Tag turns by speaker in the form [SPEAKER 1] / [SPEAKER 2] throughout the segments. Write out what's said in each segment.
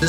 [SPEAKER 1] 时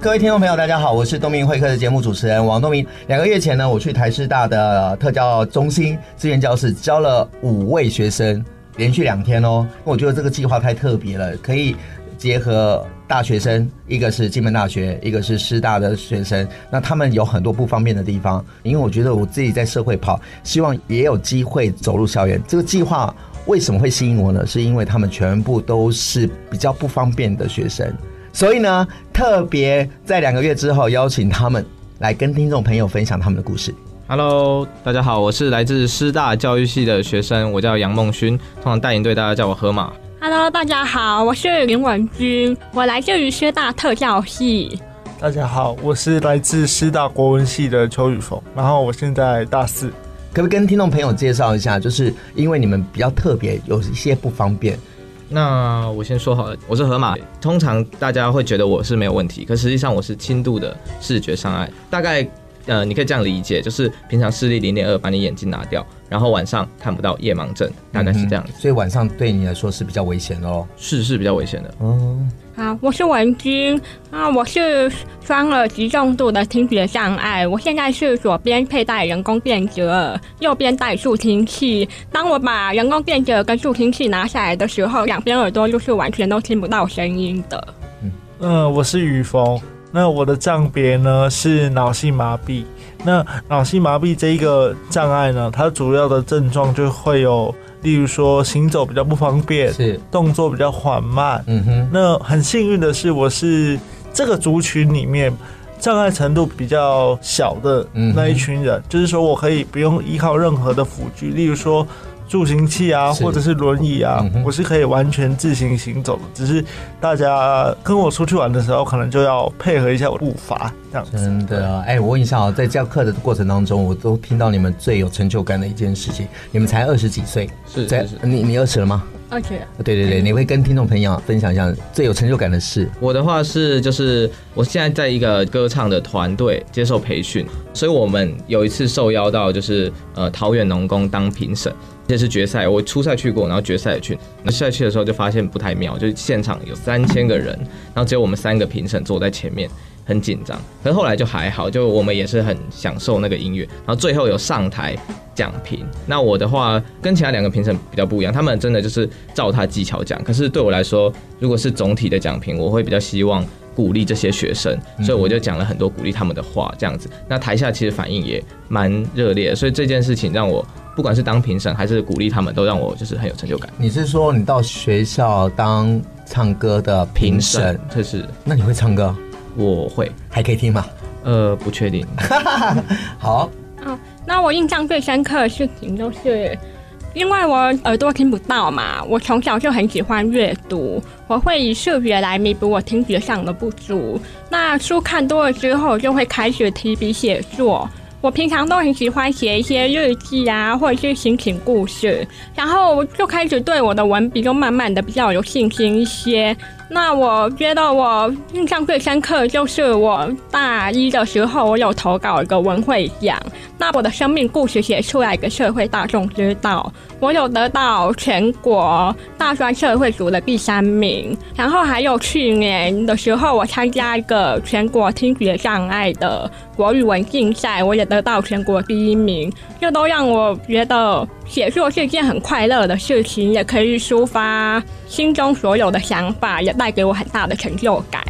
[SPEAKER 2] 各位听众朋友，大家好，我是东明会客的节目主持人王东明。两个月前呢，我去台师大的特教中心资源教室教了五位学生，连续两天哦。我觉得这个计划太特别了，可以结合大学生，一个是金门大学，一个是师大的学生，那他们有很多不方便的地方。因为我觉得我自己在社会跑，希望也有机会走入校园。这个计划为什么会吸引我呢？是因为他们全部都是比较不方便的学生。所以呢，特别在两个月之后邀请他们来跟听众朋友分享他们的故事。
[SPEAKER 3] Hello，大家好，我是来自师大教育系的学生，我叫杨梦勋，通常带领队大家叫我河马。
[SPEAKER 4] Hello，大家好，我是林文君，我来自于师大特教系。
[SPEAKER 5] 大家好，我是来自师大国文系的邱宇峰，然后我现在大四。
[SPEAKER 2] 可不可以跟听众朋友介绍一下？就是因为你们比较特别，有一些不方便，
[SPEAKER 3] 那我先说好了，我是河马。通常大家会觉得我是没有问题，可实际上我是轻度的视觉障碍。大概呃，你可以这样理解，就是平常视力零点二，把你眼睛拿掉，然后晚上看不到夜盲症，大概是这样子。
[SPEAKER 2] 所以晚上对你来说是比较危险的哦。
[SPEAKER 3] 是是比较危险的。
[SPEAKER 2] 哦，
[SPEAKER 4] 好，啊我是文君，啊，我是双耳极重度的听觉障碍，我现在是左边佩戴人工电极耳，右边戴助听器。当我把人工电极耳跟助听器拿下来的时候，两边耳朵就是完全都听不到声音的。
[SPEAKER 5] 嗯，我是宇峰。那我的障别呢是脑性麻痹。那脑性麻痹这一个障碍呢，它主要的症状就会有，例如说行走比较不方便，
[SPEAKER 2] 是，
[SPEAKER 5] 动作比较缓慢。
[SPEAKER 2] 嗯哼，
[SPEAKER 5] 那很幸运的是，我是这个族群里面障碍程度比较小的
[SPEAKER 2] 嗯
[SPEAKER 5] 那一群人，就是说我可以不用依靠任何的辅具，例如说助行器啊，
[SPEAKER 2] 是
[SPEAKER 5] 或者是轮椅啊
[SPEAKER 2] 嗯，哼
[SPEAKER 5] 我是可以完全自行行走的。只是大家跟我出去玩的时候，可能就要配合一下我的步伐这样子。
[SPEAKER 2] 真的。哎、我问一下哦，在教课的过程当中，我都听到你们最有成就感的一件事情，你们才二十几岁，
[SPEAKER 3] 是
[SPEAKER 2] 在
[SPEAKER 3] 是是。
[SPEAKER 2] 你你二十了吗？
[SPEAKER 4] 而且，
[SPEAKER 2] 对对对，你会跟听众朋友分享一下最有成就感的事。
[SPEAKER 3] 我的话是，就是我现在在一个歌唱的团队接受培训，所以我们有一次受邀到就是呃桃园农工当评审，这是决赛，我初赛去过，然后决赛也去，然后赛去的时候就发现不太妙，就是现场有三千个人，然后只有我们三个评审坐在前面。很紧张，可是后来就还好，就我们也是很享受那个音乐，然后最后有上台讲评。那我的话跟其他两个评审比较不一样，他们真的就是照他技巧讲。可是对我来说，如果是总体的讲评，我会比较希望鼓励这些学生，
[SPEAKER 2] 嗯
[SPEAKER 3] 所以我就讲了很多鼓励他们的话，这样子。那台下其实反应也蛮热烈的，所以这件事情让我不管是当评审还是鼓励他们，都让我就是很有成就感。
[SPEAKER 2] 你是说你到学校当唱歌的评审？，
[SPEAKER 3] 这是
[SPEAKER 2] 那你会唱歌？
[SPEAKER 3] 我会，
[SPEAKER 2] 还可以听吗？
[SPEAKER 3] 呃，不确定。
[SPEAKER 2] 好，
[SPEAKER 4] 哦，那我印象最深刻的事情就是，因为我耳朵听不到嘛，我从小就很喜欢阅读，我会以视觉来弥补我听觉上的不足。那书看多了之后，就会开始提笔写作。我平常都很喜欢写一些日记啊，或者是心情故事，然后我就开始对我的文笔就慢慢的比较有信心一些。那我觉得我印象最深刻的就是我大一的时候，我有投稿一个文会奖，那我的生命故事写出来给社会大众知道，我有得到全国大专社会组的第三名，然后还有去年的时候，我参加一个全国听觉障碍的国语文竞赛，我也得到全国第一名，这都让我觉得写作是一件很快乐的事情，也可以抒发心中所有的想法，也带给我很大的成就感。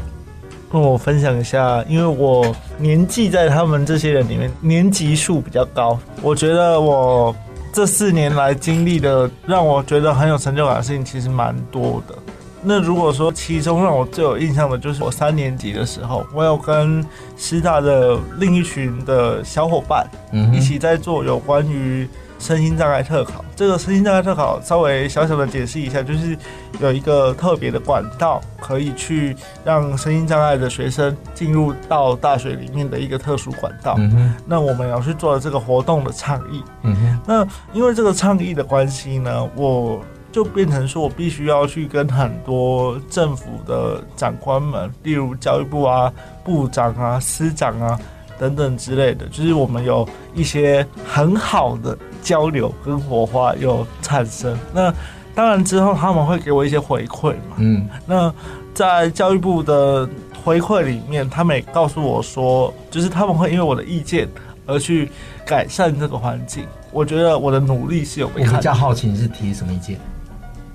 [SPEAKER 5] 跟我分享一下，因为我年纪在他们这些人里面年级数比较高，我觉得我这四年来经历的让我觉得很有成就感的事情其实蛮多的。那如果说其中让我最有印象的就是我三年级的时候，我有跟师大的另一群的小伙伴
[SPEAKER 2] 嗯
[SPEAKER 5] 一
[SPEAKER 2] 哼，
[SPEAKER 5] 起在做有关于身心障碍特考。这个身心障碍特考稍微小小的解释一下，就是有一个特别的管道可以去让身心障碍的学生进入到大学里面的一个特殊管道。
[SPEAKER 2] 嗯哼，
[SPEAKER 5] 那我们要去做这个活动的倡议。
[SPEAKER 2] 嗯哼，
[SPEAKER 5] 那因为这个倡议的关系呢，我就变成说我必须要去跟很多政府的长官们，例如教育部啊、部长啊、司长啊等等之类的，就是我们有一些很好的交流跟火花有产生。那当然之后他们会给我一些回馈嘛，
[SPEAKER 2] 嗯
[SPEAKER 5] 那在教育部的回馈里面，他们也告诉我说，就是他们会因为我的意见而去改善这个环境。我觉得我的努力是有被
[SPEAKER 2] 我比
[SPEAKER 5] 看
[SPEAKER 2] 较
[SPEAKER 5] 到。
[SPEAKER 2] 好奇你是提什么意见？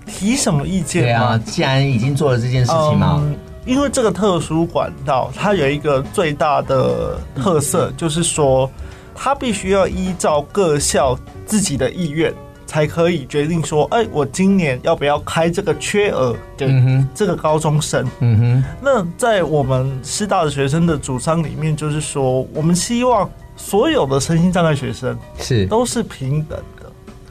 [SPEAKER 5] 提什么意
[SPEAKER 2] 对
[SPEAKER 5] 见
[SPEAKER 2] 啊，
[SPEAKER 5] 吗？
[SPEAKER 2] 既然已经做了这件事情嘛，
[SPEAKER 5] 嗯，因为这个特殊管道，它有一个最大的特色，就是说，它必须要依照各校自己的意愿，才可以决定说，哎、我今年要不要开这个缺额给
[SPEAKER 2] 嗯哼，
[SPEAKER 5] 这个高中生。
[SPEAKER 2] 嗯哼，
[SPEAKER 5] 那在我们师大的学生的主张里面，就是说，我们希望所有的身心障碍学生
[SPEAKER 2] 是
[SPEAKER 5] 都是平等的，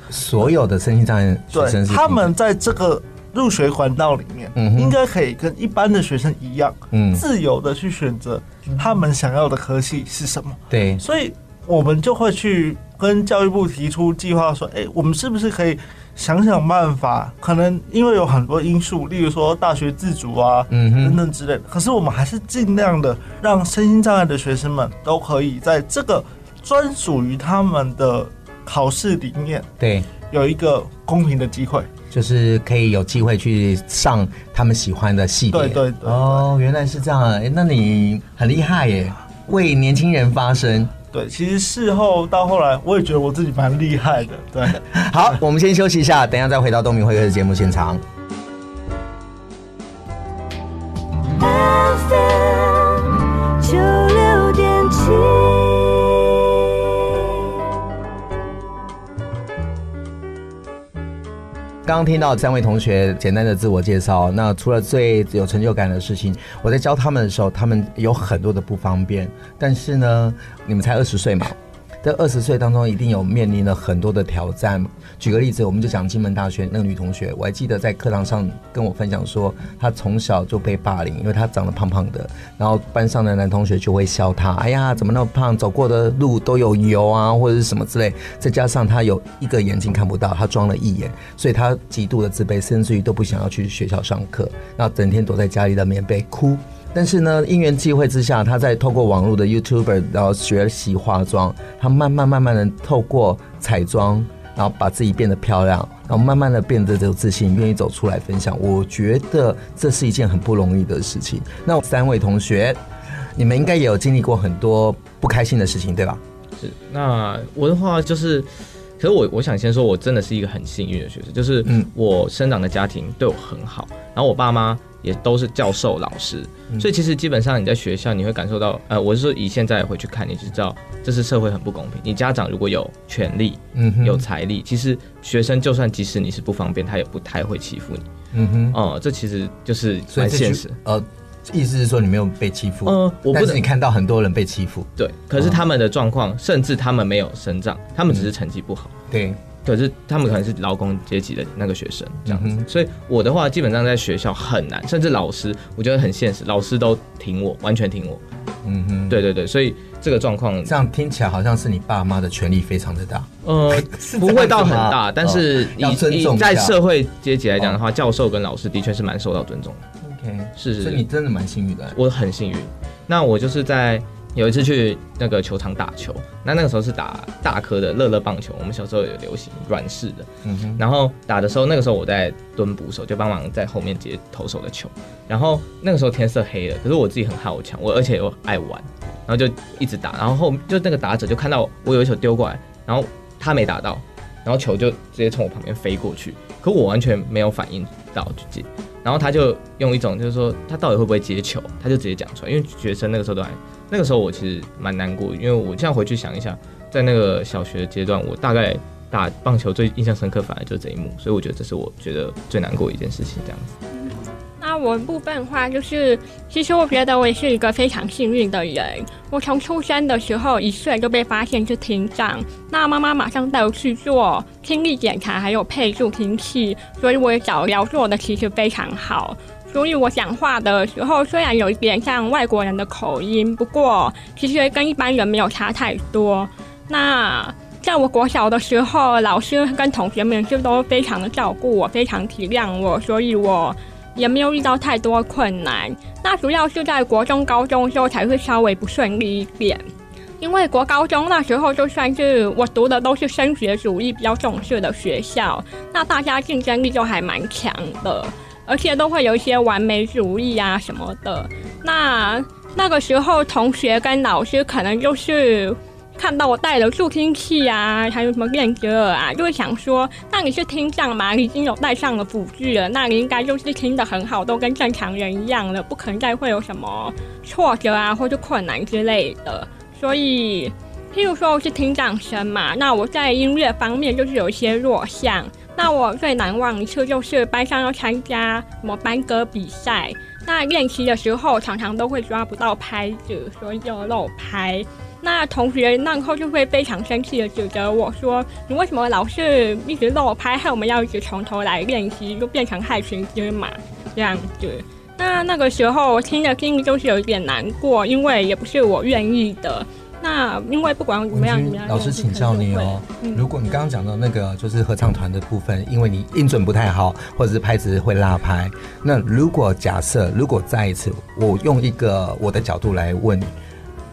[SPEAKER 2] 所有的身心障碍学生
[SPEAKER 5] 对，
[SPEAKER 2] 是
[SPEAKER 5] 他们在这个入学管道里面，
[SPEAKER 2] 嗯哼
[SPEAKER 5] 应该可以跟一般的学生一样，
[SPEAKER 2] 嗯
[SPEAKER 5] 自由的去选择他们想要的科系是什么。
[SPEAKER 2] 对
[SPEAKER 5] 所以我们就会去跟教育部提出计划，说，哎、我们是不是可以想想办法？可能因为有很多因素，例如说大学自主啊，
[SPEAKER 2] 嗯哼
[SPEAKER 5] 等等之类的。可是我们还是尽量的让身心障碍的学生们都可以在这个专属于他们的考试里面
[SPEAKER 2] 对，
[SPEAKER 5] 有一个公平的机会。
[SPEAKER 2] 就是可以有机会去上他们喜欢的系列。
[SPEAKER 5] 对对对对
[SPEAKER 2] 哦，原来是这样，哎，那你很厉害耶，为年轻人发声。
[SPEAKER 5] 对，其实事后到后来，我也觉得我自己蛮厉害的。对。
[SPEAKER 2] 好，我们先休息一下，等一下再回到东明会客的节目现场。
[SPEAKER 6] FM 九六点七。
[SPEAKER 2] 刚刚听到三位同学简单的自我介绍，那除了最有成就感的事情，我在教他们的时候，他们有很多的不方便，但是呢，你们才二十岁嘛。在二十岁当中，一定有面临了很多的挑战。举个例子，我们就讲金门大学那个女同学，我还记得在课堂上跟我分享说，她从小就被霸凌，因为她长得胖胖的，然后班上的男同学就会笑她，哎呀，怎么那么胖，走过的路都有油啊，或者是什么之类。再加上她有一个眼睛看不到，她装了一眼，所以她极度的自卑，甚至于都不想要去学校上课，那整天躲在家里的棉被哭。但是呢，因缘际会之下，他在透过网络的 YouTuber，然后学习化妆，他慢慢慢慢的透过彩妆，然后把自己变得漂亮，然后慢慢的变得有自信，愿意走出来分享。我觉得这是一件很不容易的事情。那三位同学，你们应该也有经历过很多不开心的事情，对吧？
[SPEAKER 3] 是，那我的话就是，可是我我想先说，我真的是一个很幸运的学生，就是
[SPEAKER 2] 嗯
[SPEAKER 3] 我生长的家庭对我很好，然后我爸妈也都是教授老师，
[SPEAKER 2] 嗯
[SPEAKER 3] 所以其实基本上你在学校你会感受到，呃，我是说以现在回去看，你就知道这是社会很不公平。你家长如果有权利、
[SPEAKER 2] 嗯哼
[SPEAKER 3] 有财力，其实学生就算即使你是不方便，他也不太会欺负你。
[SPEAKER 2] 嗯哼，
[SPEAKER 3] 哦、这其实就是
[SPEAKER 2] 所以
[SPEAKER 3] 蛮
[SPEAKER 2] 这句
[SPEAKER 3] 现实。
[SPEAKER 2] 呃，意思是说你没有被欺负，
[SPEAKER 3] 嗯我不
[SPEAKER 2] 但是
[SPEAKER 3] 能
[SPEAKER 2] 你嗯看到很多人被欺负，
[SPEAKER 3] 对，可是他们的状况，甚至他们没有生长，他们只是
[SPEAKER 2] 嗯
[SPEAKER 3] 成绩不好。
[SPEAKER 2] 对，
[SPEAKER 3] 可是他们可能是劳工阶级的那个学生这样子，
[SPEAKER 2] 嗯哼
[SPEAKER 3] 所以我的话基本上在学校很难，甚至老师我觉得很现实，老师都挺我，完全挺我。
[SPEAKER 2] 嗯哼，
[SPEAKER 3] 对对对，所以这个状况
[SPEAKER 2] 这样听起来好像是你爸妈的权力非常的大。
[SPEAKER 3] 呃不会到很大，但是以、
[SPEAKER 2] 哦要尊重
[SPEAKER 3] 以
[SPEAKER 2] 一下哦
[SPEAKER 3] 在社会阶级来讲的话，教授跟老师的确是蛮受到尊重的，
[SPEAKER 2] OK，
[SPEAKER 3] 是是
[SPEAKER 2] 所以你真的蛮幸运的。
[SPEAKER 3] 我很幸运。那我就是在有一次去那个球场打球，那那个时候是打大颗的乐乐棒球，我们小时候有流行软式的，
[SPEAKER 2] 嗯哼，
[SPEAKER 3] 然后打的时候，那个时候我在蹲捕手，就帮忙在后面接投手的球。然后那个时候天色黑了，可是我自己很好强，我而且又爱玩，然后就一直打。然后后就那个打者就看到我有一球丢过来，然后他没打到，然后球就直接从我旁边飞过去，可我完全没有反应到去接。然后他就用一种就是说他到底会不会接球，他就直接讲出来，因为学生那个时候都还那个时候我其实蛮难过，因为我这样回去想一下，在那个小学阶段，我大概打棒球最印象深刻，反而就是这一幕，所以我觉得这是我觉得最难过的一件事情。这样子，
[SPEAKER 4] 那我部分的话，就是其实我觉得我也是一个非常幸运的人。我从出生的时候一岁就被发现是听障，那妈妈马上带我去做听力检查，还有配助听器，所以我也早疗做的其实非常好。所以我讲话的时候虽然有一点像外国人的口音，不过其实跟一般人没有差太多。那在我国小的时候，老师跟同学们就都非常的照顾我，非常体谅我，所以我也没有遇到太多困难。那主要是在国中、高中之后才会稍微不顺利一点，因为国高中那时候就算是我读的都是升学主义比较重视的学校，那大家竞争力就还蛮强的，而且都会有一些完美主义啊什么的。那那个时候，同学跟老师可能就是看到我戴了助听器啊，还有什么练歌耳啊，就会想说，那你是听障吗？你已经有戴上了辅具了，那你应该就是听得很好，都跟正常人一样了，不可能再会有什么挫折啊或者困难之类的。所以，譬如说我是听障生嘛，那我在音乐方面就是有一些弱项。那我最难忘一次就是班上要参加什么班歌比赛，那练习的时候常常都会抓不到拍子，所以就漏拍。那同学那时候就会非常生气的指责我说：“你为什么老是一直漏拍，害我们要一直从头来练习，就变成害群之马这样子？”那那个时候我听着听着就是有一点难过，因为也不是我愿意的。那因为不管怎么样，
[SPEAKER 2] 文
[SPEAKER 4] 你
[SPEAKER 2] 君
[SPEAKER 4] 要
[SPEAKER 2] 老师
[SPEAKER 4] 练习
[SPEAKER 2] 请教你
[SPEAKER 4] 肯定
[SPEAKER 2] 哦
[SPEAKER 4] 会，嗯
[SPEAKER 2] 如果你刚刚讲到那个就是合唱团的部分，因为你音准不太好，或者是拍子会拉拍，那如果假设如果再一次，我用一个我的角度来问你，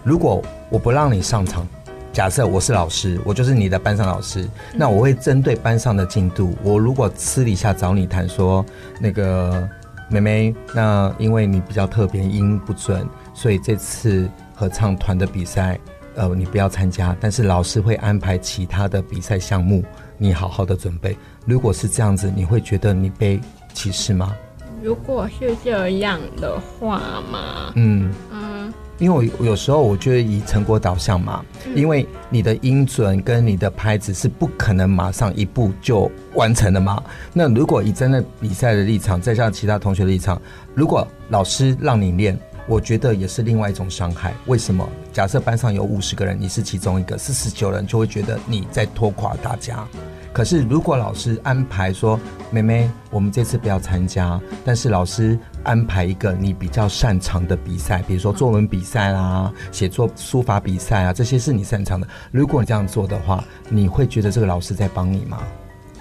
[SPEAKER 2] 如果我不让你上场。假设我是老师，我就是你的班上老师，
[SPEAKER 4] 嗯
[SPEAKER 2] 那我会针对班上的进度，我如果私底下找你谈说，那个妹妹，那因为你比较特别，音不准，所以这次合唱团的比赛，呃，你不要参加，但是老师会安排其他的比赛项目，你好好的准备。如果是这样子，你会觉得你被歧视吗？
[SPEAKER 4] 如果是这样的话嘛，
[SPEAKER 2] 嗯，
[SPEAKER 4] 嗯，
[SPEAKER 2] 因为我有时候我觉得以成果导向嘛，因为你的音准跟你的拍子是不可能马上一步就完成的嘛。那如果以站在比赛的立场，再加上其他同学的立场，如果老师让你练，我觉得也是另外一种伤害。为什么？假设班上有五十个人，你是其中一个，四十九人就会觉得你在拖垮大家。可是如果老师安排说，妹妹，我们这次不要参加，但是老师安排一个你比较擅长的比赛，比如说作文比赛啦、写作、书法比赛啊，这些是你擅长的。如果你这样做的话，你会觉得这个老师在帮你吗？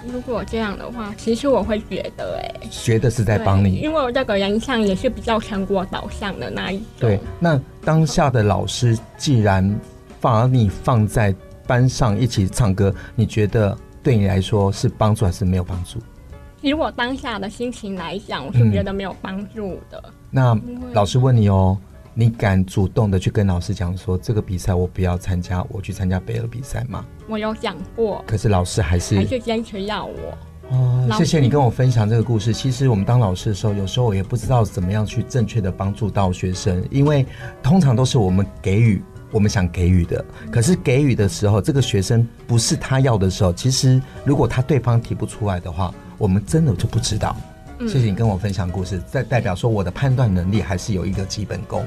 [SPEAKER 4] 如果这样的话，其实我会觉得、欸，哎，
[SPEAKER 2] 觉得是在帮你，
[SPEAKER 4] 因为我这个人上也是比较成果导向的那一种。
[SPEAKER 2] 对，，那当下的老师既然把你放在班上一起唱歌，你觉得对你来说是帮助还是没有帮助？
[SPEAKER 4] 以我当下的心情来讲，我是觉得没有帮助的。
[SPEAKER 2] 那
[SPEAKER 4] 因为
[SPEAKER 2] 老师问你哦，你敢主动的去跟老师讲说这个比赛我不要参加，我去参加别的比赛吗？
[SPEAKER 4] 我有讲过，
[SPEAKER 2] 可是老师还是
[SPEAKER 4] 还是坚持要我。
[SPEAKER 2] 哦，
[SPEAKER 4] 老
[SPEAKER 2] 谢谢
[SPEAKER 4] 师
[SPEAKER 2] 你跟我分享这个故事。其实我们当老师的时候，有时候我也不知道怎么样去正确的帮助到学生，因为通常都是我们给予我们想给予的，
[SPEAKER 4] 嗯
[SPEAKER 2] 可是给予的时候，这个学生不是他要的时候，其实如果他对方提不出来的话，我们真的就不知道。
[SPEAKER 4] 嗯
[SPEAKER 2] 谢谢你跟我分享故事，代代表说我的判断能力还是有一个基本功。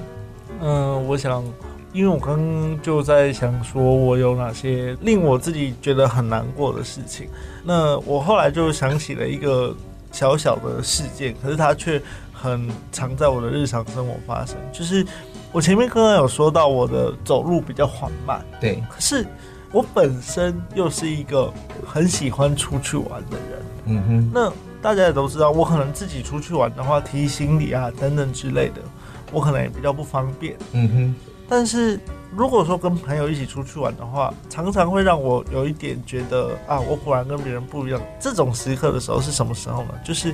[SPEAKER 5] 嗯，我想，因为我刚刚就在想说，我有哪些令我自己觉得很难过的事情。那我后来就想起了一个小小的事件，可是它却很常在我的日常生活发生。就是我前面刚刚有说到，我的走路比较缓慢，
[SPEAKER 2] 对，
[SPEAKER 5] 可是我本身又是一个很喜欢出去玩的人。
[SPEAKER 2] 嗯哼，
[SPEAKER 5] 那大家也都知道，我可能自己出去玩的话，提行李啊等等之类的，我可能也比较不方便。
[SPEAKER 2] 嗯哼，
[SPEAKER 5] 但是如果说跟朋友一起出去玩的话，常常会让我有一点觉得啊，我果然跟别人不一样。这种时刻的时候是什么时候呢？就是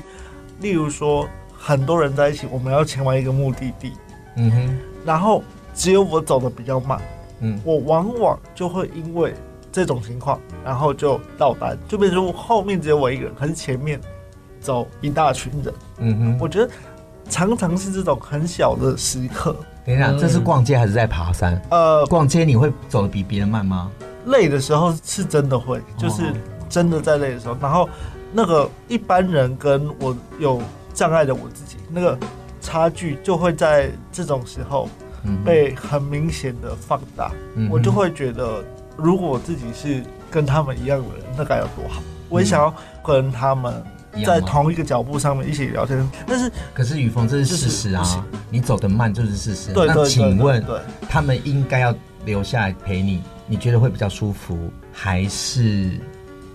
[SPEAKER 5] 例如说，很多人在一起，我们要前往一个目的地，
[SPEAKER 2] 嗯哼，
[SPEAKER 5] 然后只有我走的比较慢，
[SPEAKER 2] 嗯
[SPEAKER 5] 我往往就会因为这种情况，然后就落单，就变成后面只有我一个人，可是前面走一大群人。
[SPEAKER 2] 嗯哼，
[SPEAKER 5] 我觉得常常是这种很小的时刻，
[SPEAKER 2] 等一下，这是逛街还是在爬山？
[SPEAKER 5] 呃，
[SPEAKER 2] 逛街你会走的比别人慢吗？
[SPEAKER 5] 累的时候是真的
[SPEAKER 2] 哦
[SPEAKER 5] 会，就是真的在累的时候，然后那个一般人跟我有障碍的我自己，那个差距就会在这种时候
[SPEAKER 2] 嗯
[SPEAKER 5] 被很明显的放大。
[SPEAKER 2] 嗯
[SPEAKER 5] 哎我就会觉得，如果我自己是跟他们一样的人，那该有多好！我也想要跟他们
[SPEAKER 2] 嗯一样
[SPEAKER 5] 在
[SPEAKER 2] 吗
[SPEAKER 5] 同一个脚步上面一起聊天，但是
[SPEAKER 2] 可是雨峰这是事实
[SPEAKER 5] 这是
[SPEAKER 2] 啊，你走得慢就是事实。啊
[SPEAKER 5] 对对
[SPEAKER 2] 那
[SPEAKER 5] 对对
[SPEAKER 2] 请问
[SPEAKER 5] 对
[SPEAKER 2] 他们应该要留下来陪你，你觉得会比较舒服，还是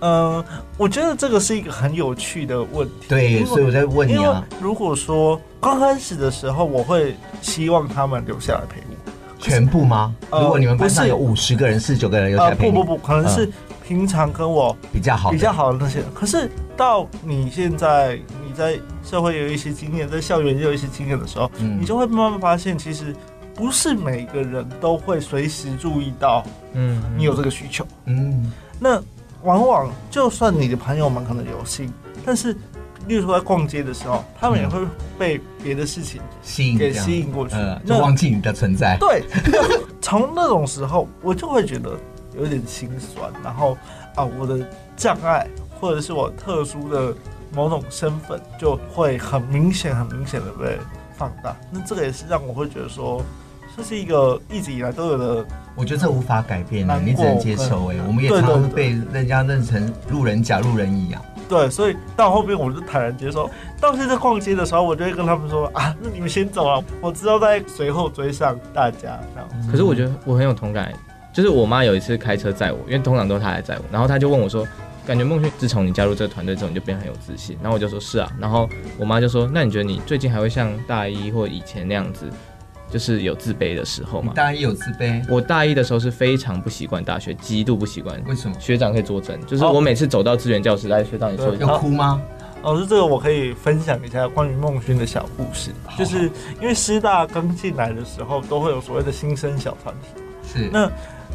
[SPEAKER 5] 嗯，我觉得这个是一个很有趣的问题。
[SPEAKER 2] 对？
[SPEAKER 5] 因为
[SPEAKER 2] 所以我在问你
[SPEAKER 5] 因为
[SPEAKER 2] 啊，
[SPEAKER 5] 如果说刚开始的时候，我会希望他们留下来陪我。
[SPEAKER 2] 全部吗？
[SPEAKER 5] 呃
[SPEAKER 2] 如果你们班
[SPEAKER 5] 不
[SPEAKER 2] 上
[SPEAKER 5] 是呃
[SPEAKER 2] 有五十个人，四十九个人留下来陪
[SPEAKER 5] 不
[SPEAKER 2] 你，嗯
[SPEAKER 5] 不不，可能是平常跟我
[SPEAKER 2] 比较好的，
[SPEAKER 5] 比较好的那些人。可是到你现在你在社会有一些经验，在校园也有一些经验的时候，
[SPEAKER 2] 嗯
[SPEAKER 5] 你就会慢慢发现，其实不是每个人都会随时注意到
[SPEAKER 3] 嗯，
[SPEAKER 5] 你有这个需求。
[SPEAKER 2] 嗯
[SPEAKER 5] 那往往就算你的朋友们可能有心，但是。例如说，在逛街的时候，他们
[SPEAKER 2] 嗯
[SPEAKER 5] 也会被别的事情
[SPEAKER 2] 吸引
[SPEAKER 5] 给
[SPEAKER 2] 这样
[SPEAKER 5] 吸引过去
[SPEAKER 2] 呃，，就
[SPEAKER 5] 那
[SPEAKER 2] 忘记你的存在。
[SPEAKER 5] 对， 从那种时候我就会觉得有点心酸，然后啊，我的障碍或者是我特殊的某种身份就会很明显、很明显的被放大。那这个也是让我会觉得说，这是一个一直以来都有的，
[SPEAKER 2] 我觉得这无法改变啊，
[SPEAKER 5] 难过
[SPEAKER 2] 你只能接受哎、
[SPEAKER 5] 嗯
[SPEAKER 2] 我们也
[SPEAKER 5] 对
[SPEAKER 2] 常
[SPEAKER 5] 对
[SPEAKER 2] 常被
[SPEAKER 5] 对
[SPEAKER 2] 人家认成路人甲、路人乙啊。
[SPEAKER 5] 对，所以到后面我就坦然接受。到现在逛街的时候，我就会跟他们说啊，那你们先走啊，我知道在随后追上大家这样。
[SPEAKER 3] 可是我觉得我很有同感，就是我妈有一次开车载我，因为通常都是她来载我，然后她就问我说，感觉孟轩自从你加入这个团队之后，你就变得很有自信。然后我就说是啊，然后我妈就说，那你觉得你最近还会像大一或以前那样子，就是有自卑的时候
[SPEAKER 2] 你
[SPEAKER 3] 吗？
[SPEAKER 2] 当然也有自卑，
[SPEAKER 3] 我大一的时候是非常不习惯大学，极度不习惯。
[SPEAKER 2] 为什么？
[SPEAKER 3] 学长可以作证，就是
[SPEAKER 5] 哦
[SPEAKER 3] 我每次走到资源教室，来学长你说一下
[SPEAKER 5] 对
[SPEAKER 2] 有哭吗？
[SPEAKER 5] 老师，这个我可以分享一下关于孟勋的小故事，就是因为师大刚进来的时候，都会有所谓的新生小团体。
[SPEAKER 2] 是
[SPEAKER 5] 那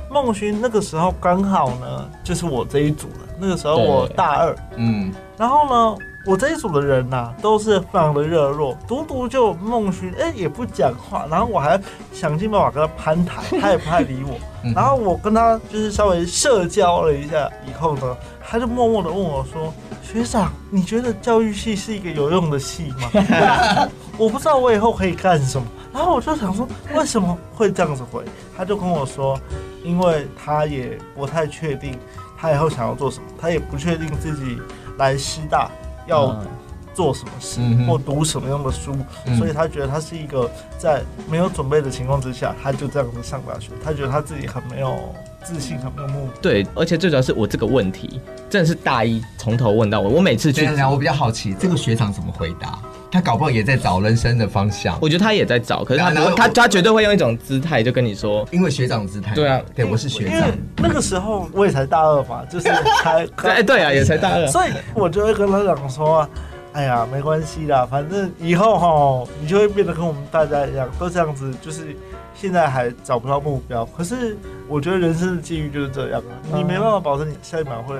[SPEAKER 5] 孟勋那个时候刚好呢，就是我这一组了。那个时候
[SPEAKER 3] 对
[SPEAKER 5] 我大二，
[SPEAKER 2] 嗯，
[SPEAKER 5] 然后呢，我这一组的人呐、都是非常的热络，独独就孟勋，哎、也不讲话，然后我还想尽办法跟他攀谈，他也不太理我。
[SPEAKER 2] 嗯
[SPEAKER 5] 然后我跟他就是稍微社交了一下以后呢，他就默默的问我说：“学长，你觉得教育系是一个有用的系吗？” 我不知道我以后可以干什么。然后我就想说，为什么会这样子回？他就跟我说，因为他也不太确定他以后想要做什么，他也不确定自己来师大要
[SPEAKER 3] 嗯
[SPEAKER 5] 做什么事、
[SPEAKER 2] 嗯哼
[SPEAKER 5] 或读什么样的书，
[SPEAKER 2] 嗯
[SPEAKER 5] 所以他觉得他是一个在没有准备的情况之下，他就这样子上大学，他觉得他自己很没有自信，很没有目标。
[SPEAKER 3] 对，而且最主要是我这个问题真的是大一从头问到尾，我每次
[SPEAKER 2] 这
[SPEAKER 3] 去
[SPEAKER 2] 样啊讲，我比较好奇这个学长怎么回答，他搞不好也在找人生的方向。
[SPEAKER 3] 我觉得他也在找，可是他
[SPEAKER 2] 然后
[SPEAKER 3] 不会，他他绝对会用一种姿态就跟你说，
[SPEAKER 2] 因为学长姿态，
[SPEAKER 3] 对啊
[SPEAKER 2] 对，我是学
[SPEAKER 5] 因
[SPEAKER 2] 长
[SPEAKER 5] 为，那个时候我也才大二嘛，就是 才
[SPEAKER 3] 对哎，对啊，也才大二，
[SPEAKER 5] 所以我就会跟他讲说，哎呀，没关系啦，反正以后哈，你就会变得跟我们大家一样，都这样子，就是现在还找不到目标。可是我觉得人生的际遇就是这样啊，
[SPEAKER 3] 嗯
[SPEAKER 5] 你没办法保证你下一秒会。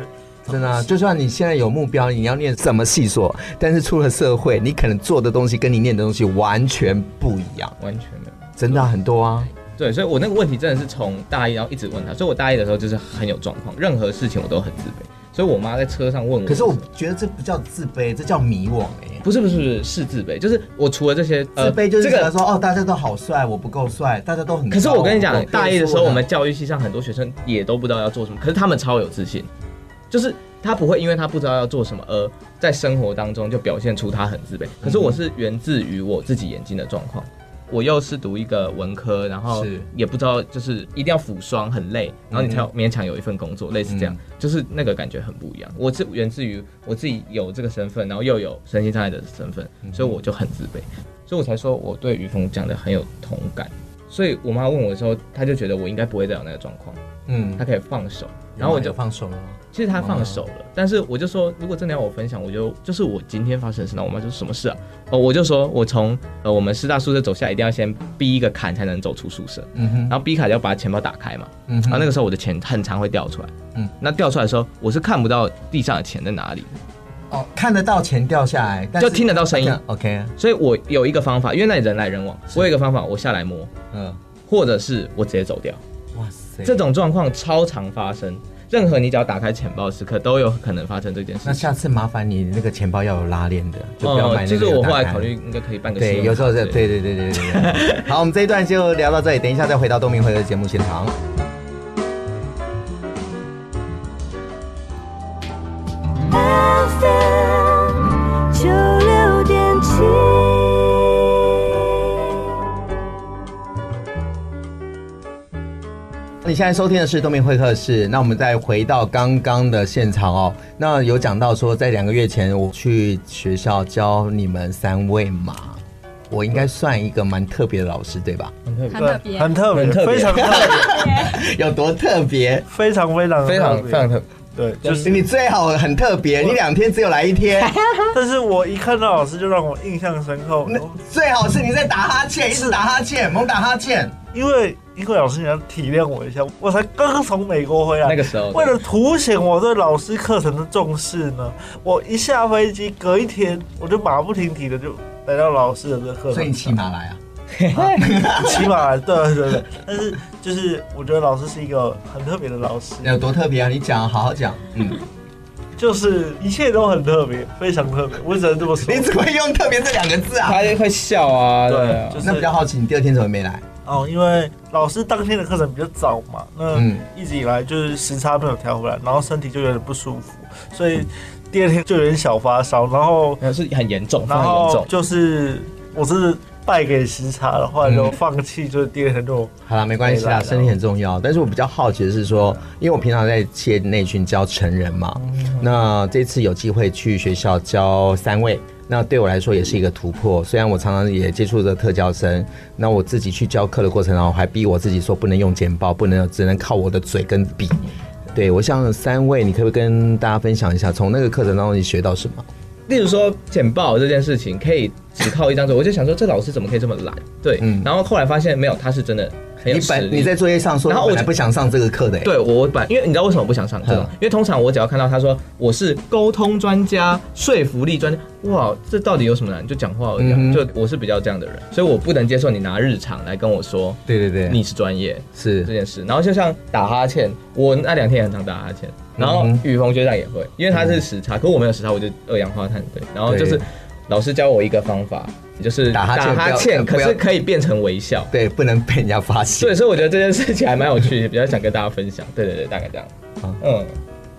[SPEAKER 2] 真的啊、就算你现在有目标，你要念什么系所，但是出了社会，你可能做的东西跟你念的东西完全不一样，
[SPEAKER 3] 完全没有。
[SPEAKER 2] 真的啊、很多啊。
[SPEAKER 3] 对，所以我那个问题真的是从大一，然后一直问他，所以我大一的时候就是很有状况，任何事情我都很自卑。所以我妈在车上问我，
[SPEAKER 2] 可是我觉得这不叫自卑，这叫迷惘哎、
[SPEAKER 3] 不是不是不是是自卑，就是我除了这些
[SPEAKER 2] 自卑就是
[SPEAKER 3] 呃这
[SPEAKER 2] 觉得
[SPEAKER 3] 个
[SPEAKER 2] 说、哦，大家都好帅，我不够帅，大家都很高。
[SPEAKER 3] 可是我跟你
[SPEAKER 2] 不
[SPEAKER 3] 讲，
[SPEAKER 2] 够
[SPEAKER 3] 大一的时候，
[SPEAKER 2] 我
[SPEAKER 3] 我们教育系上很多学生也都不知道要做什么，可是他们超有自信，就是他不会因为他不知道要做什么而在生活当中就表现出他很自
[SPEAKER 2] 嗯
[SPEAKER 3] 卑。可是我是源自于我自己眼睛的状况，我又是读一个文科，然后
[SPEAKER 2] 是嗯
[SPEAKER 3] 也不知道就是一定要辅双很累，然后你才有勉强有一份工作，类似这样，就是那个感觉很不一样。我是源自于我自己有这个身份，然后又有身心障碍的身份，
[SPEAKER 2] 嗯
[SPEAKER 3] 所以我就很自卑，所以我才说我对于峰讲的很有同感。所以我妈问我的时候，她就觉得我应该不会再有那个状况，
[SPEAKER 2] 嗯
[SPEAKER 3] 她可以放手。然后我就，
[SPEAKER 2] 放手嗯了吗？
[SPEAKER 3] 其实她放手了，但是我就说，如果真的要我分享，我就就是我今天发生的事，那我妈就说什么事啊？哦，我就说我从呃我们师大宿舍走下来，一定要先逼一个坎才能走出宿舍，
[SPEAKER 2] 嗯哼，
[SPEAKER 3] 然后逼坎要把钱包打开嘛，
[SPEAKER 2] 嗯
[SPEAKER 3] 然后
[SPEAKER 2] 哼，
[SPEAKER 3] 那个时候我的钱很常会掉出来，
[SPEAKER 2] 嗯
[SPEAKER 3] 嗯，那掉出来的时候，我是看不到地上的钱在哪里，
[SPEAKER 2] 哦，看得到钱掉下来，但
[SPEAKER 3] 就是听得到声音，
[SPEAKER 2] OK，啊
[SPEAKER 3] 所以我有一个方法，因为那里人来人往，我有一个方法，我下来摸，
[SPEAKER 2] 嗯，
[SPEAKER 3] 或者是我直接走掉。
[SPEAKER 2] 哇塞，
[SPEAKER 3] 这种状况超常发生。任何你只要打开钱包的时刻，都有可能发生这件事
[SPEAKER 2] 那
[SPEAKER 3] 情。
[SPEAKER 2] 下次麻烦你那个钱包要有拉链的，就不要买那个、
[SPEAKER 3] 嗯，就是我后来考虑。应该可以办个信
[SPEAKER 2] 对，
[SPEAKER 3] 用
[SPEAKER 2] 有时候
[SPEAKER 3] 卡
[SPEAKER 2] 是，对对对对对 对。好，我们这一段就聊到这里，等一下再回到东明辉的节目现场。
[SPEAKER 6] FM 九六点七。
[SPEAKER 2] 你现在收听的是东明会客室，那我们再回到刚刚的现场哦。那有讲到说，在两个月前我去学校教你们三位嘛，我应该算一个蛮特别的老师对吧？
[SPEAKER 3] 很特别
[SPEAKER 4] 很特别
[SPEAKER 5] 很特别
[SPEAKER 3] 很，特别
[SPEAKER 5] 非常特别，
[SPEAKER 2] 有多特别？
[SPEAKER 5] 非常非常
[SPEAKER 3] 非常
[SPEAKER 5] 特别
[SPEAKER 3] 非常特别。
[SPEAKER 5] 对，
[SPEAKER 2] 就
[SPEAKER 5] 就是是。
[SPEAKER 2] 你最好很特别，你两天只有来一 天，
[SPEAKER 5] 但是我一看到老师就让我印象深刻，
[SPEAKER 2] 那最好是你在打哈欠，一直打哈欠，猛打哈欠。
[SPEAKER 5] 因为因为老师你要体谅我一下，我才刚从美国回来，
[SPEAKER 3] 那个时候，
[SPEAKER 5] 为了凸显我对老师课程的重视呢，我一下飞机，隔一天我就马不停蹄的就来到老师的这个课
[SPEAKER 2] 所以
[SPEAKER 5] 程
[SPEAKER 2] 你骑
[SPEAKER 5] 上，
[SPEAKER 2] 马来啊？
[SPEAKER 5] 骑马来，对对 对。但是就是我觉得老师是一个很特别的老师，
[SPEAKER 2] 有多特别啊？你讲，好好讲。嗯，
[SPEAKER 5] 就是一切都很特别，非常特别，我只能这么说
[SPEAKER 2] 你。怎么会用“特别”这两个字啊？
[SPEAKER 3] 他就会笑啊，对
[SPEAKER 5] 对，
[SPEAKER 3] 啊
[SPEAKER 5] 就
[SPEAKER 2] 那比
[SPEAKER 5] 是
[SPEAKER 2] 较好奇，你第二天怎么没来？
[SPEAKER 5] 哦，因为老师当天的课程比较早嘛，那
[SPEAKER 2] 嗯
[SPEAKER 5] 一直以来就是时差没有调回来，然后身体就有点不舒服，所以第二天就有点小发烧，然后
[SPEAKER 3] 然后是很严重，非
[SPEAKER 5] 然
[SPEAKER 3] 常严
[SPEAKER 5] 后
[SPEAKER 3] 重。
[SPEAKER 5] 就是我是败给时差了，后来就
[SPEAKER 2] 嗯
[SPEAKER 5] 放弃，就是第二天就
[SPEAKER 2] 好啦，没关系
[SPEAKER 5] 没
[SPEAKER 2] 啦，
[SPEAKER 5] 来
[SPEAKER 2] 身体很重要。但是我比较好奇的是说，因为我平常在企业内训教成人嘛，那这次有机会去学校教三位，那对我来说也是一个突破。虽然我常常也接触着特教生，那我自己去教课的过程中，我还逼我自己说不能用剪报，不能只能靠我的嘴跟笔。对我像三位，你可不可以跟大家分享一下，从那个课程当中你学到什么？
[SPEAKER 3] 例如说简报这件事情，可以只靠一张嘴，我就想说这老师怎么可以这么懒？对，
[SPEAKER 2] 嗯
[SPEAKER 3] 然后后来发现没有，他是真的很有
[SPEAKER 2] 你
[SPEAKER 3] 实
[SPEAKER 2] 本
[SPEAKER 3] 力。
[SPEAKER 2] 你在作业上说，
[SPEAKER 3] 然后
[SPEAKER 2] 我
[SPEAKER 3] 我
[SPEAKER 2] 本来不想上这个课的、欸，
[SPEAKER 3] 对我本因为你知道为什么我不想上这种
[SPEAKER 2] 嗯？
[SPEAKER 3] 因为通常我只要看到他说我是沟通专家、说服力专家，哇，这到底有什么难？就讲话而已啊、
[SPEAKER 2] 嗯哼
[SPEAKER 3] 就我是比较这样的人，所以我不能接受你拿日常来跟我说
[SPEAKER 2] 对对啊对，
[SPEAKER 3] 你是专业
[SPEAKER 2] 是
[SPEAKER 3] 这件事。然后就像打哈欠，我那两天也很常打哈欠，然后
[SPEAKER 2] 嗯哼嗯
[SPEAKER 3] 雨峰学长也会，因为他是时差，可我没有时差，我就二氧化碳对。然后就是
[SPEAKER 2] 对
[SPEAKER 3] 老师教我一个方法，就是
[SPEAKER 2] 打哈欠不要呃不
[SPEAKER 3] 可
[SPEAKER 2] 要
[SPEAKER 3] 是可以变成微笑。
[SPEAKER 2] 对，不能被人家发现。
[SPEAKER 3] 对，所以我觉得这件事情还蛮有趣的，比较想跟大家分享。对对对，大概这样
[SPEAKER 2] 好。
[SPEAKER 3] 嗯。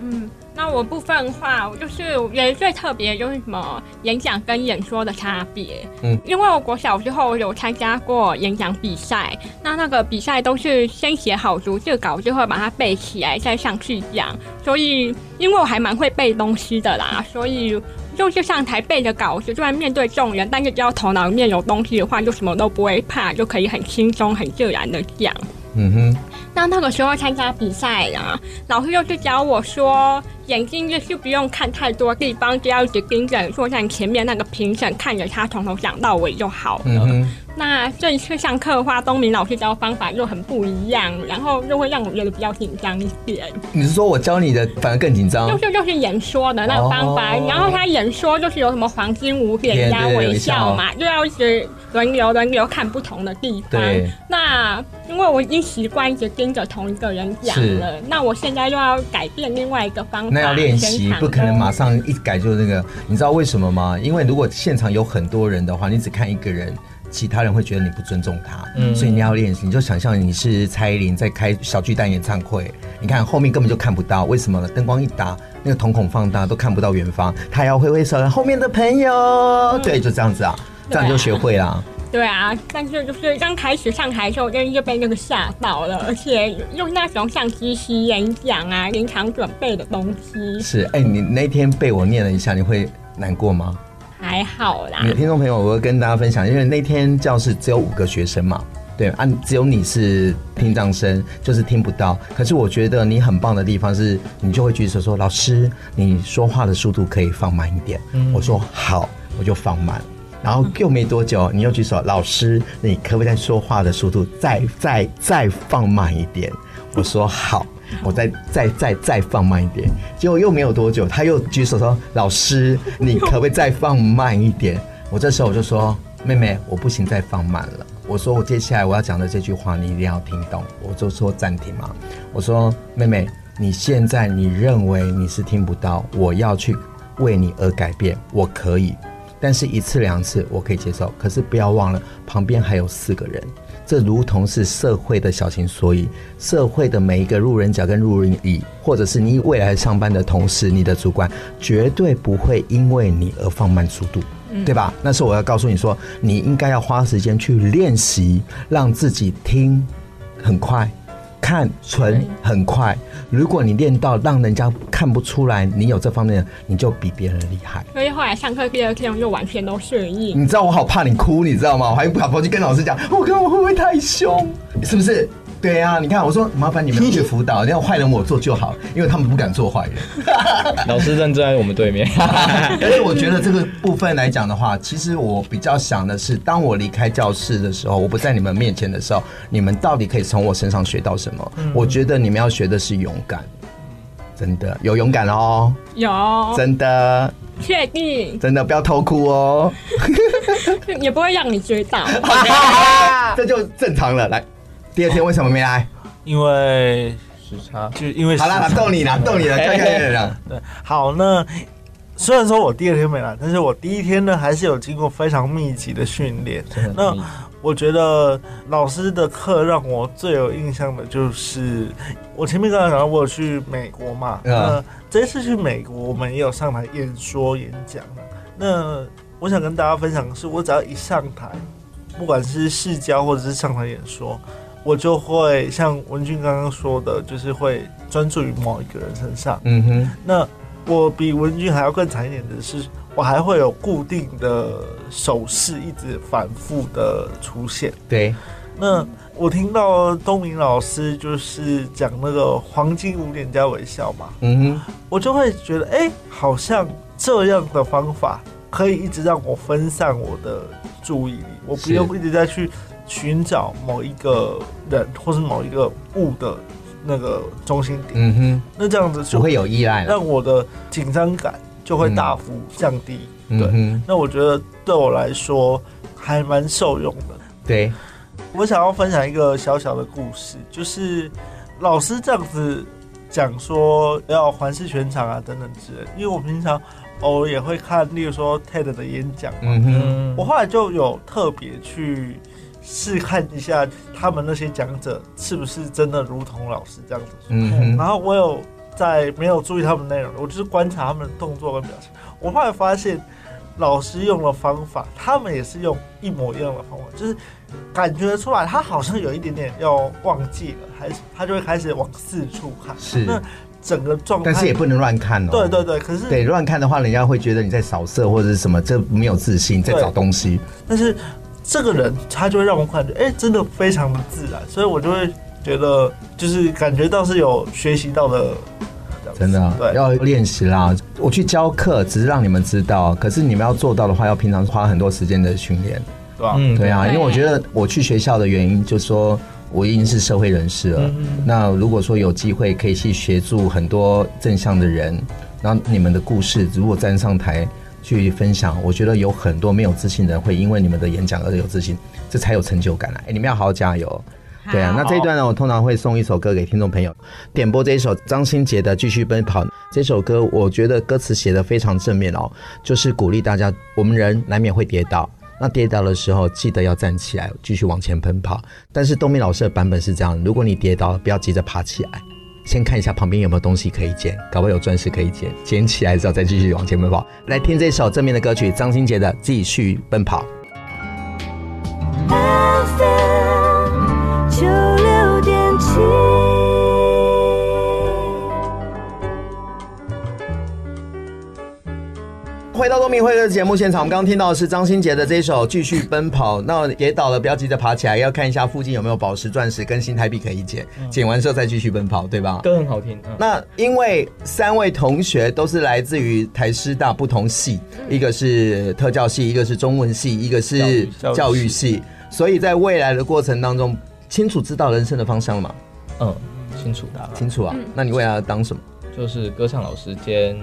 [SPEAKER 4] 嗯，那我部分的话，我就是我觉得最特别就是什么演讲跟演说的差别。
[SPEAKER 2] 嗯
[SPEAKER 4] 嗯，因为我国小时候有参加过演讲比赛，那那个比赛都是先写好逐字稿之后把它背起来再上去讲，所以因为我还蛮会背东西的啦，所以。就是上台背着稿子，虽然面对众人，但是只要头脑里面有东西的话，就什么都不会怕，就可以很轻松、很自然的讲。
[SPEAKER 2] 嗯哼。
[SPEAKER 4] 那那个时候参加比赛啊，老师就是教我说，眼睛就是不用看太多地方，只要一直盯着坐在前面那个评审，看着他从头讲到尾就好了。
[SPEAKER 2] 嗯哼，
[SPEAKER 4] 那这一次上课的话，东明老师教方法就很不一样，然后就会让我觉得比较紧张一点。
[SPEAKER 2] 你是说我教你的反而更紧张
[SPEAKER 4] 就？是就是演说的那个方法，
[SPEAKER 2] 啊哦
[SPEAKER 4] 然后他演说就是有什么黄金五
[SPEAKER 2] 对
[SPEAKER 4] 点加
[SPEAKER 2] 对
[SPEAKER 4] 微
[SPEAKER 2] 微笑
[SPEAKER 4] 笑嘛，就要一直轮流轮流看不同的地方
[SPEAKER 2] 对。
[SPEAKER 4] 那因为我已经习惯一直跟着同一个人讲了，那我现在又要改变另外一个方法，
[SPEAKER 2] 那要练习
[SPEAKER 4] 全，场
[SPEAKER 2] 不可能
[SPEAKER 4] 都
[SPEAKER 2] 马上一改就那个。你知道为什么吗？因为如果现场有很多人的话，你只看一个人，其他人会觉得你不尊重他。
[SPEAKER 3] 嗯
[SPEAKER 2] 所以你要练习，你就想象你是蔡依林在开小巨蛋演唱会，你看后面根本就看不到，为什么呢？灯光一打，那个瞳孔放大都看不到远方，他要挥挥手，后面的朋友，对，就这样子啊，这样就学会啦。
[SPEAKER 4] 嗯对啊，但是就是刚开始上台的时候，我真的就被那个吓到了，而且用那种像即席演讲啊、临场准备的东西，
[SPEAKER 2] 是，哎、你那天被我念了一下，你会难过吗？
[SPEAKER 4] 还好啦
[SPEAKER 2] 你。的听众朋友，我会跟大家分享，因为那天教室只有五个学生嘛，对，啊，只有你是听障生，就是听不到。可是我觉得你很棒的地方是，你就会举手说：“老师，你说话的速度可以放慢一点。我说：“好，我就放慢。”然后又没多久，你又举手，老师，你可不可以在说话的速度再再再放慢一点？我说好，我再再再再放慢一点。结果又没有多久，他又举手说：“老师，你可不可以再放慢一点？”我这时候我就说：“妹妹，我不行，再放慢了。”我说：“我接下来我要讲的这句话，你一定要听懂。”我就说暂停嘛。我说：“妹妹，你现在你认为你是听不到，我要去为你而改变，我可以，但是一次两次我可以接受，可是不要忘了旁边还有四个人。这如同是社会的小型缩影，社会的每一个路人甲跟路人乙，或者是你未来上班的同事、你的主管，绝对不会因为你而放慢速度。对吧？那是我要告诉你说，你应该要花时间去练习，让自己听很快，看存很快。如果你练到让人家看不出来你有这方面的，你就比别人厉害。
[SPEAKER 4] 所以后来上课第二天我就完全都适应。
[SPEAKER 2] 你知道我好怕你哭，你知道吗？我还跑跑去跟老师讲，我看我会不会太凶，是不是？对呀、你看我说麻烦你们去辅导，要坏人我做就好，因为他们不敢做坏人。
[SPEAKER 3] 老师认真在我们对面，
[SPEAKER 2] 但是我觉得这个部分来讲的话，其实我比较想的是，当我离开教室的时候，我不在你们面前的时候，你们到底可以从我身上学到什么？我觉得你们要学的是勇敢，真的有勇敢哦，
[SPEAKER 4] 有
[SPEAKER 2] 真的
[SPEAKER 4] 确定
[SPEAKER 2] 真的不要偷哭哦，
[SPEAKER 4] 也不会让你追到。
[SPEAKER 2] 这就正常了。来，第二天为什么没来？
[SPEAKER 5] 因为
[SPEAKER 3] 时差
[SPEAKER 5] 就因 为
[SPEAKER 2] 好啦，啦逗你啦，逗你了，
[SPEAKER 5] 哎
[SPEAKER 2] 看看你了。
[SPEAKER 5] 对，好，那虽然说我第二天没来，但是我第一天呢还是有经过非常密集的训练。那我觉得老师的课让我最有印象的就是，我前面刚刚讲到我有去美国嘛，
[SPEAKER 2] 嗯
[SPEAKER 5] 那这次去美国我们也有上台演说演讲嘛那我想跟大家分享的是，我只要一上台，不管是试教或者是上台演说，我就会像文俊刚刚说的，就是会专注于某一个人身上。
[SPEAKER 2] 嗯哼，
[SPEAKER 5] 那我比文君还要更惨一点的是，我还会有固定的手势一直反复的出现。
[SPEAKER 2] 对，
[SPEAKER 5] 那我听到东明老师就是讲那个黄金五点加微笑嘛，
[SPEAKER 2] 嗯哼，
[SPEAKER 5] 我就会觉得，哎、好像这样的方法可以一直让我分散我的注意力，我不
[SPEAKER 3] 是
[SPEAKER 5] 用一直在去寻找某一个人或是某一个物的那个中心点。
[SPEAKER 2] 嗯哼，
[SPEAKER 5] 那这样子就
[SPEAKER 2] 不会有依赖了。
[SPEAKER 5] 让我的紧张感就会大幅降低。
[SPEAKER 2] 嗯
[SPEAKER 5] 对，
[SPEAKER 2] 哼，
[SPEAKER 5] 那我觉得对我来说还蛮受用的。
[SPEAKER 2] 对，
[SPEAKER 5] 我想要分享一个小小的故事，就是老师这样子讲说要环视全场啊等等之类的，因为我平常偶尔也会看，例如说 TED 的演讲，
[SPEAKER 2] 嗯哼，
[SPEAKER 3] 嗯
[SPEAKER 5] 我后来就有特别去试看一下他们那些讲者是不是真的如同老师这样子说。
[SPEAKER 2] 嗯
[SPEAKER 5] 然
[SPEAKER 2] 哼，
[SPEAKER 5] 后我有在没有注意他们内容，我就是观察他们的动作跟表情。我后来发现，老师用的方法，他们也是用一模一样的方法，就是感觉出来他好像有一点点要忘记了，还是他就会开始往四处看，
[SPEAKER 2] 是。
[SPEAKER 5] 那整个状态。
[SPEAKER 2] 但是也不能乱看哦。
[SPEAKER 5] 对对对，可是
[SPEAKER 2] 对，乱看的话，人家会觉得你在扫射或者是什么，这没有自信，在
[SPEAKER 5] 对
[SPEAKER 2] 找东西。
[SPEAKER 5] 但是这个人他就会让我感觉，哎、真的非常的自然，所以我就会觉得，就是感觉到是有学习到的这样子，
[SPEAKER 2] 真的啊
[SPEAKER 5] 对，
[SPEAKER 2] 要练习啦！我去教课，只是让你们知道，可是你们要做到的话，要平常花很多时间的训练。
[SPEAKER 5] 对吧？
[SPEAKER 3] 嗯
[SPEAKER 2] 对啊，因
[SPEAKER 4] 对
[SPEAKER 2] 为我觉得我去学校的原因，就是说我已经是社会人士了。那如果说有机会可以去协助很多正向的人，然后你们的故事如果站上台去分享，我觉得有很多没有自信的人会因为你们的演讲而有自信，这才有成就感啊！哎，你们要好好加油。对啊，那这一段呢，我通常会送一首歌给听众朋友，点播这一首张新杰的《继续奔跑》。这首歌我觉得歌词写的非常正面哦，就是鼓励大家，我们人难免会跌倒，那跌倒的时候记得要站起来，继续往前奔跑。但是东明老师的版本是这样：如果你跌倒了，不要急着爬起来，先看一下旁边有没有东西可以捡，搞不好有钻石可以捡，捡起来之后再继续往前奔跑。来听这首正面的歌曲，张新杰的《继续奔跑》。
[SPEAKER 6] FM 九六点七。
[SPEAKER 2] 回到东明会客的节目现场，我们刚刚听到的是张新杰的这首《继续奔跑》。那跌倒了不要急着爬起来，要看一下附近有没有宝石、钻石跟新台币可以捡，
[SPEAKER 5] 嗯
[SPEAKER 2] 捡完之后再继续奔跑，对吧？
[SPEAKER 3] 歌很好听，嗯
[SPEAKER 2] 那因为三位同学都是来自于台师大不同系，
[SPEAKER 5] 嗯
[SPEAKER 2] 一个是特教系，一个是中文系，一个是
[SPEAKER 5] 教育
[SPEAKER 2] 教育系，所以在未来的过程当中，清楚知道人生的方向了嘛？
[SPEAKER 3] 嗯，清楚的，
[SPEAKER 2] 清楚啊。
[SPEAKER 5] 嗯
[SPEAKER 2] 那你未来要当什么？
[SPEAKER 3] 就是歌唱老师兼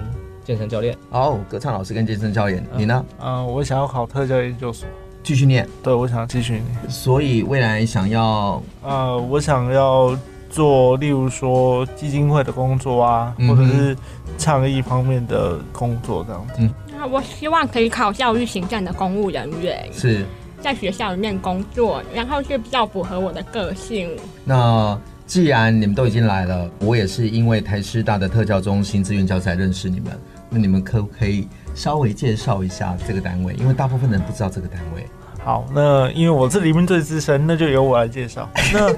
[SPEAKER 3] 健身教练，
[SPEAKER 2] 哦，歌唱老师跟健身教练，你呢？
[SPEAKER 5] 嗯、我想要考特教研究所。
[SPEAKER 2] 继续念。
[SPEAKER 5] 对，我想要继续念。
[SPEAKER 2] 所以未来想要
[SPEAKER 5] 呃，我想要做，例如说基金会的工作啊，
[SPEAKER 2] 嗯
[SPEAKER 5] 或
[SPEAKER 2] 哼
[SPEAKER 5] 者是倡议方面的工作这样子。
[SPEAKER 4] 那我希望可以考教育行政的公务人员，
[SPEAKER 2] 是。
[SPEAKER 4] 在学校里面工作，然后是比较符合我的个性。
[SPEAKER 2] 那既然你们都已经来了，我也是因为台师大的特教中心志愿教才认识你们。那你们可不可以稍微介绍一下这个单位？因为大部分人不知道这个单位。
[SPEAKER 5] 好，那因为我这里面最资深，那就由我来 介绍。那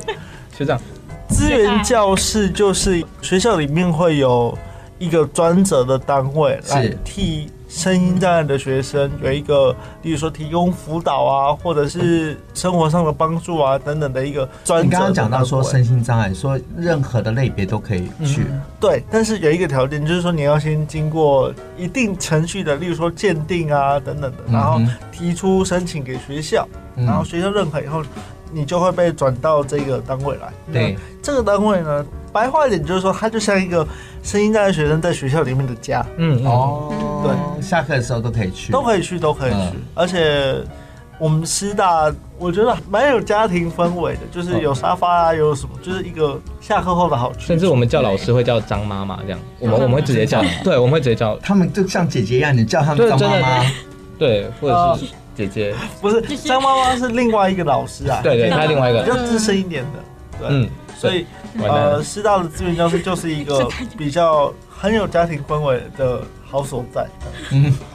[SPEAKER 3] 学长，
[SPEAKER 5] 资源教室就是学校里面会有一个专责的单位
[SPEAKER 2] 是
[SPEAKER 5] 来替声音障碍的学生有一个，例如说提供辅导啊，或者是生活上的帮助啊等等的一个专责的单位。
[SPEAKER 2] 你刚刚讲到说身心障碍，说任何的类别都可以去，
[SPEAKER 5] 对，但是有一个条件，就是说你要先经过一定程序的，例如说鉴定啊等等的，然后
[SPEAKER 2] 嗯哼
[SPEAKER 5] 提出申请给学校，
[SPEAKER 2] 嗯
[SPEAKER 5] 然后学校认可以后，你就会被转到这个单位来。
[SPEAKER 2] 对，
[SPEAKER 5] 这个单位呢，白话一点就是说，它就像一个声音障碍学生在学校里面的家，
[SPEAKER 3] 嗯，
[SPEAKER 2] 哦，对，下课的时候都可以去，
[SPEAKER 5] 都可以去，都可以去。
[SPEAKER 2] 嗯
[SPEAKER 5] 而且我们师大，我觉得蛮有家庭氛围的，就是有沙发啊，有什么，就是一个下课后的好去
[SPEAKER 3] 甚。至我们叫老师会叫张妈妈这样，我们我们会直接叫，对，我们会直接叫，
[SPEAKER 2] 他们就像姐姐一样，你叫他们
[SPEAKER 3] 对
[SPEAKER 2] 张妈妈，
[SPEAKER 3] 对，或者是姐姐，
[SPEAKER 5] 不是张妈妈是另外一个老师啊，
[SPEAKER 3] 对对，他另外一
[SPEAKER 5] 比
[SPEAKER 3] 个，
[SPEAKER 5] 较资深一点的，对。
[SPEAKER 3] 嗯，
[SPEAKER 5] 所以，
[SPEAKER 3] 完蛋了
[SPEAKER 5] 呃，师大的资源教室就是一个比较很有家庭氛围的好所在。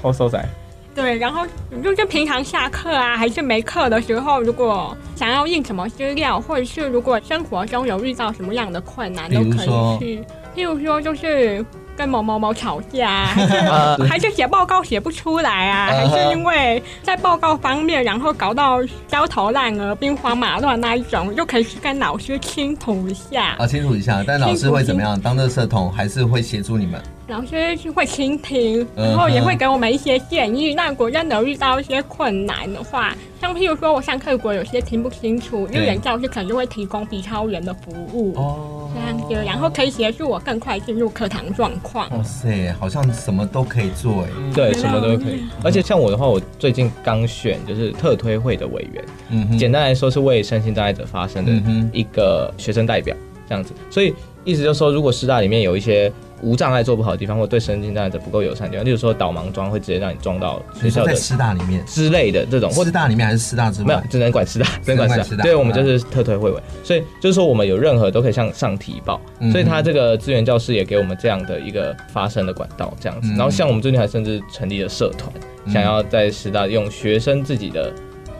[SPEAKER 3] 好收仔，
[SPEAKER 4] 对，然后就是平常下课啊，还是没课的时候，如果想要印什么资料，或者是如果生活中有遇到什么样的困难，
[SPEAKER 2] 比
[SPEAKER 4] 都
[SPEAKER 2] 如
[SPEAKER 4] 可
[SPEAKER 2] 说
[SPEAKER 4] 以去。譬如说，就是跟某某某吵架啊，还是
[SPEAKER 3] 啊，
[SPEAKER 4] 还是写报告写不出来啊，还是因为在报告方面，然后搞到焦头烂额、兵荒马乱那一种，就可以去跟老师倾吐一下。
[SPEAKER 2] 啊，清楚一下。但老师会怎么样？当热社童还是会协助你们？
[SPEAKER 4] 老师是会倾听，
[SPEAKER 2] 嗯哼
[SPEAKER 4] 然后也会给我们一些建议。那如果真的遇到一些困难的话，像譬如说我上课如果有些听不清楚，日
[SPEAKER 2] 对
[SPEAKER 4] 人教师可能就会提供比超人的服务，
[SPEAKER 2] 哦
[SPEAKER 4] 这样子，然后可以协助我更快进入课堂状况。
[SPEAKER 2] 哇塞，好像什么都可以做哎。
[SPEAKER 3] 对，什么都可以。而且像我的话，我最近刚选就是特推会的委员，
[SPEAKER 2] 嗯哼，
[SPEAKER 3] 简单来说是为身心障碍者发声
[SPEAKER 2] 嗯哼
[SPEAKER 3] 的一个学生代表这样子。所以意思就是说，如果师大里面有一些无障碍做不好的地方，或对身心障碍者不够友善的地方，例如说导盲桩会直接让你撞到学
[SPEAKER 2] 你
[SPEAKER 3] 校
[SPEAKER 2] 说
[SPEAKER 3] 的
[SPEAKER 2] 在师大里面，
[SPEAKER 3] 之类的这种，或
[SPEAKER 2] 师大里面还是师大之
[SPEAKER 3] 没有
[SPEAKER 2] 外？
[SPEAKER 3] 只能 管师大，只
[SPEAKER 2] 只
[SPEAKER 3] 能管
[SPEAKER 2] 能管嗯
[SPEAKER 3] 师
[SPEAKER 2] 师
[SPEAKER 3] 大。
[SPEAKER 2] 大
[SPEAKER 3] 对，我们就是特推会委，所以就是说我们有任何都可以向上提报，
[SPEAKER 2] 嗯哼
[SPEAKER 3] 所以他这个资源教室也给我们这样的一个发声的管道，这样子。
[SPEAKER 2] 嗯
[SPEAKER 3] 然后像我们最近还甚至成立了社团，
[SPEAKER 2] 嗯
[SPEAKER 3] 想要在师大用学生自己的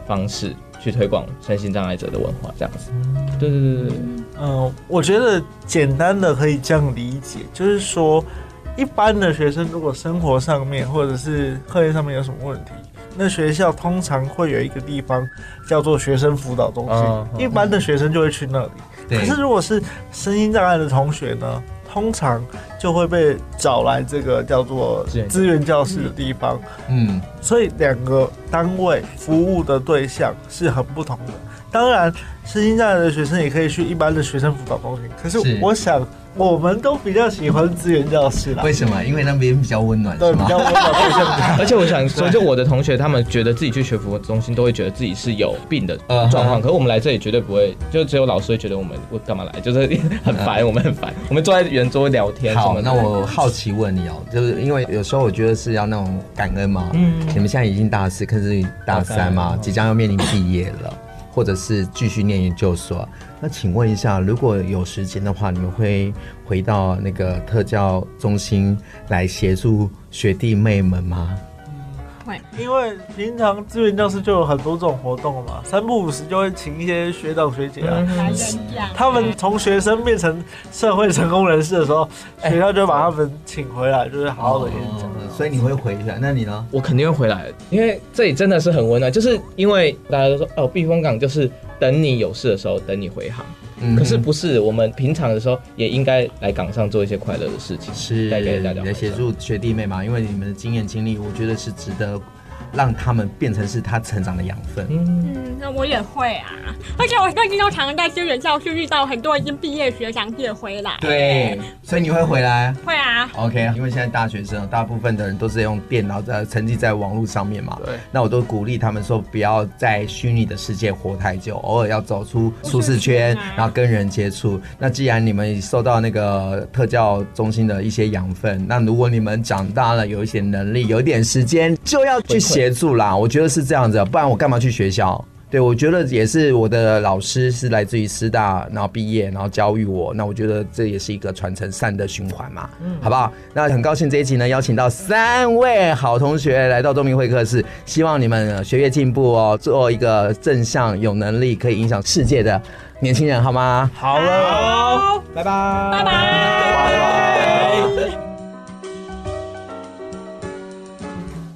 [SPEAKER 3] 方式去推广身心障碍者的文化，这样子。对对对对对，
[SPEAKER 5] 嗯，我觉得简单的可以这样理解，就是说，一般的学生如果生活上面或者是课业上面有什么问题，那学校通常会有一个地方叫做学生辅导中心，
[SPEAKER 3] 哦
[SPEAKER 5] 一般的学生就会去那里。可
[SPEAKER 2] 对
[SPEAKER 5] 是如果是声音障碍的同学呢，通常就会被找来这个叫做
[SPEAKER 3] 资源
[SPEAKER 5] 资源教室的地方。
[SPEAKER 2] 嗯，
[SPEAKER 5] 所以两个单位服务的对象是很不同的。当然，身心障碍的学生也可以去一般的学生辅导中心，可
[SPEAKER 2] 是
[SPEAKER 5] 是我想我们都比较喜欢资源教室啦
[SPEAKER 2] 为，什么？
[SPEAKER 3] 嗯
[SPEAKER 2] 因为那边比较温暖，
[SPEAKER 5] 对，
[SPEAKER 2] 是
[SPEAKER 5] 比
[SPEAKER 2] 吗
[SPEAKER 5] 较？温暖对象比较。
[SPEAKER 3] 而且我想说，就我的同学，他们觉得自己去学服务中心都会觉得自己是有病的
[SPEAKER 2] 嗯
[SPEAKER 3] 状况，可是我们来这里绝对不会，就只有老师会觉得我们我干嘛来，就是很烦，我们很烦，我们坐在圆桌聊天什
[SPEAKER 2] 嗯好，
[SPEAKER 3] 么
[SPEAKER 2] 那
[SPEAKER 3] 的。
[SPEAKER 2] 我好奇问你哦，就是因为有时候我觉得是要那种感恩嘛。
[SPEAKER 5] 嗯
[SPEAKER 2] 你们现在已经大四，可是大三
[SPEAKER 3] 大
[SPEAKER 2] 嘛，
[SPEAKER 3] 三
[SPEAKER 2] 即将要面临毕业了，或者是继续念研究所。那请问一下，如果有时间的话，你们会回到那个特教中心来协助学弟妹们吗？
[SPEAKER 5] 因为平常资源教室就有很多这种活动嘛，三不五时就会请一些学长学姐
[SPEAKER 2] 嗯
[SPEAKER 5] 啊。
[SPEAKER 4] 来人讲，
[SPEAKER 5] 他们从学生变成社会成功人士的时候，学校就把他们请回来，就是好好的演
[SPEAKER 3] 嗯
[SPEAKER 5] 讲。
[SPEAKER 2] 哦所以你会回来？那你呢？
[SPEAKER 3] 我肯定会回来，因为这里真的是很温暖。就是因为大家都说哦，避风港就是等你有事的时候等你回航，
[SPEAKER 2] 嗯
[SPEAKER 3] 可是不是我们平常的时候也应该来港上做一些快乐的事情，
[SPEAKER 2] 是
[SPEAKER 3] 带给大家
[SPEAKER 2] 你
[SPEAKER 3] 欢
[SPEAKER 2] 的
[SPEAKER 3] 笑
[SPEAKER 2] 协助学弟妹嘛，因为你们的经验经历，我觉得是值得让他们变成是他成长的养分。
[SPEAKER 3] 嗯，
[SPEAKER 4] 嗯，那我也会啊，而且我最近都常在资源教室遇到很多已经毕业学长也回来。
[SPEAKER 2] 对，所以你会回来。
[SPEAKER 4] 会啊，
[SPEAKER 2] OK，因为现在大学生大部分的人都是用电脑在沉浸在网络上面嘛，
[SPEAKER 5] 对，
[SPEAKER 2] 那我都鼓励他们说不要在虚拟的世界活太久，偶尔要走出舒适圈
[SPEAKER 4] 舒适圈啊，
[SPEAKER 2] 然后跟人接触。那既然你们受到那个特教中心的一些养分，那如果你们长大了有一些能力，有一点时间，就要去协助啦。我觉得是这样子，啊不然我干嘛去学校？对，我觉得也是我的老师是来自于师大，然后毕业，然后教育我。那我觉得这也是一个传承善的循环嘛，好不好？那很高兴这一集呢，邀请到三位好同学来到东明会客室，希望你们呃学业进步哦，做一个正向、有能力、可以影响世界的年轻人，好吗？
[SPEAKER 5] 好了，
[SPEAKER 3] 拜拜，
[SPEAKER 4] 拜拜。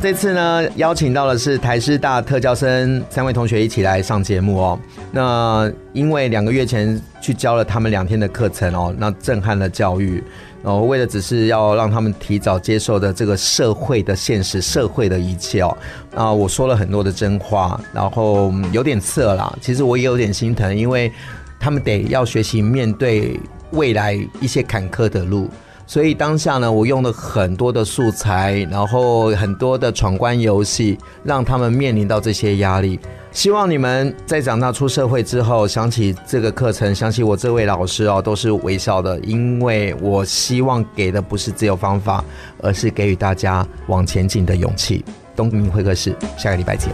[SPEAKER 2] 这次呢，邀请到的是台师大特教生三位同学一起来上节目哦。那因为两个月前去教了他们两天的课程哦，那震撼了教育。然后为了只是要让他们提早接受的这个社会的现实、社会的一切哦，啊，我说了很多的真话，然后嗯有点涩啦。其实我也有点心疼，因为他们得要学习面对未来一些坎坷的路。所以当下呢，我用了很多的素材，然后很多的闯关游戏，让他们面临到这些压力。希望你们在长大出社会之后，想起这个课程，想起我这位老师哦，都是微笑的，因为我希望给的不是只有方法，而是给予大家往前进的勇气。东明会客室，下个礼拜见。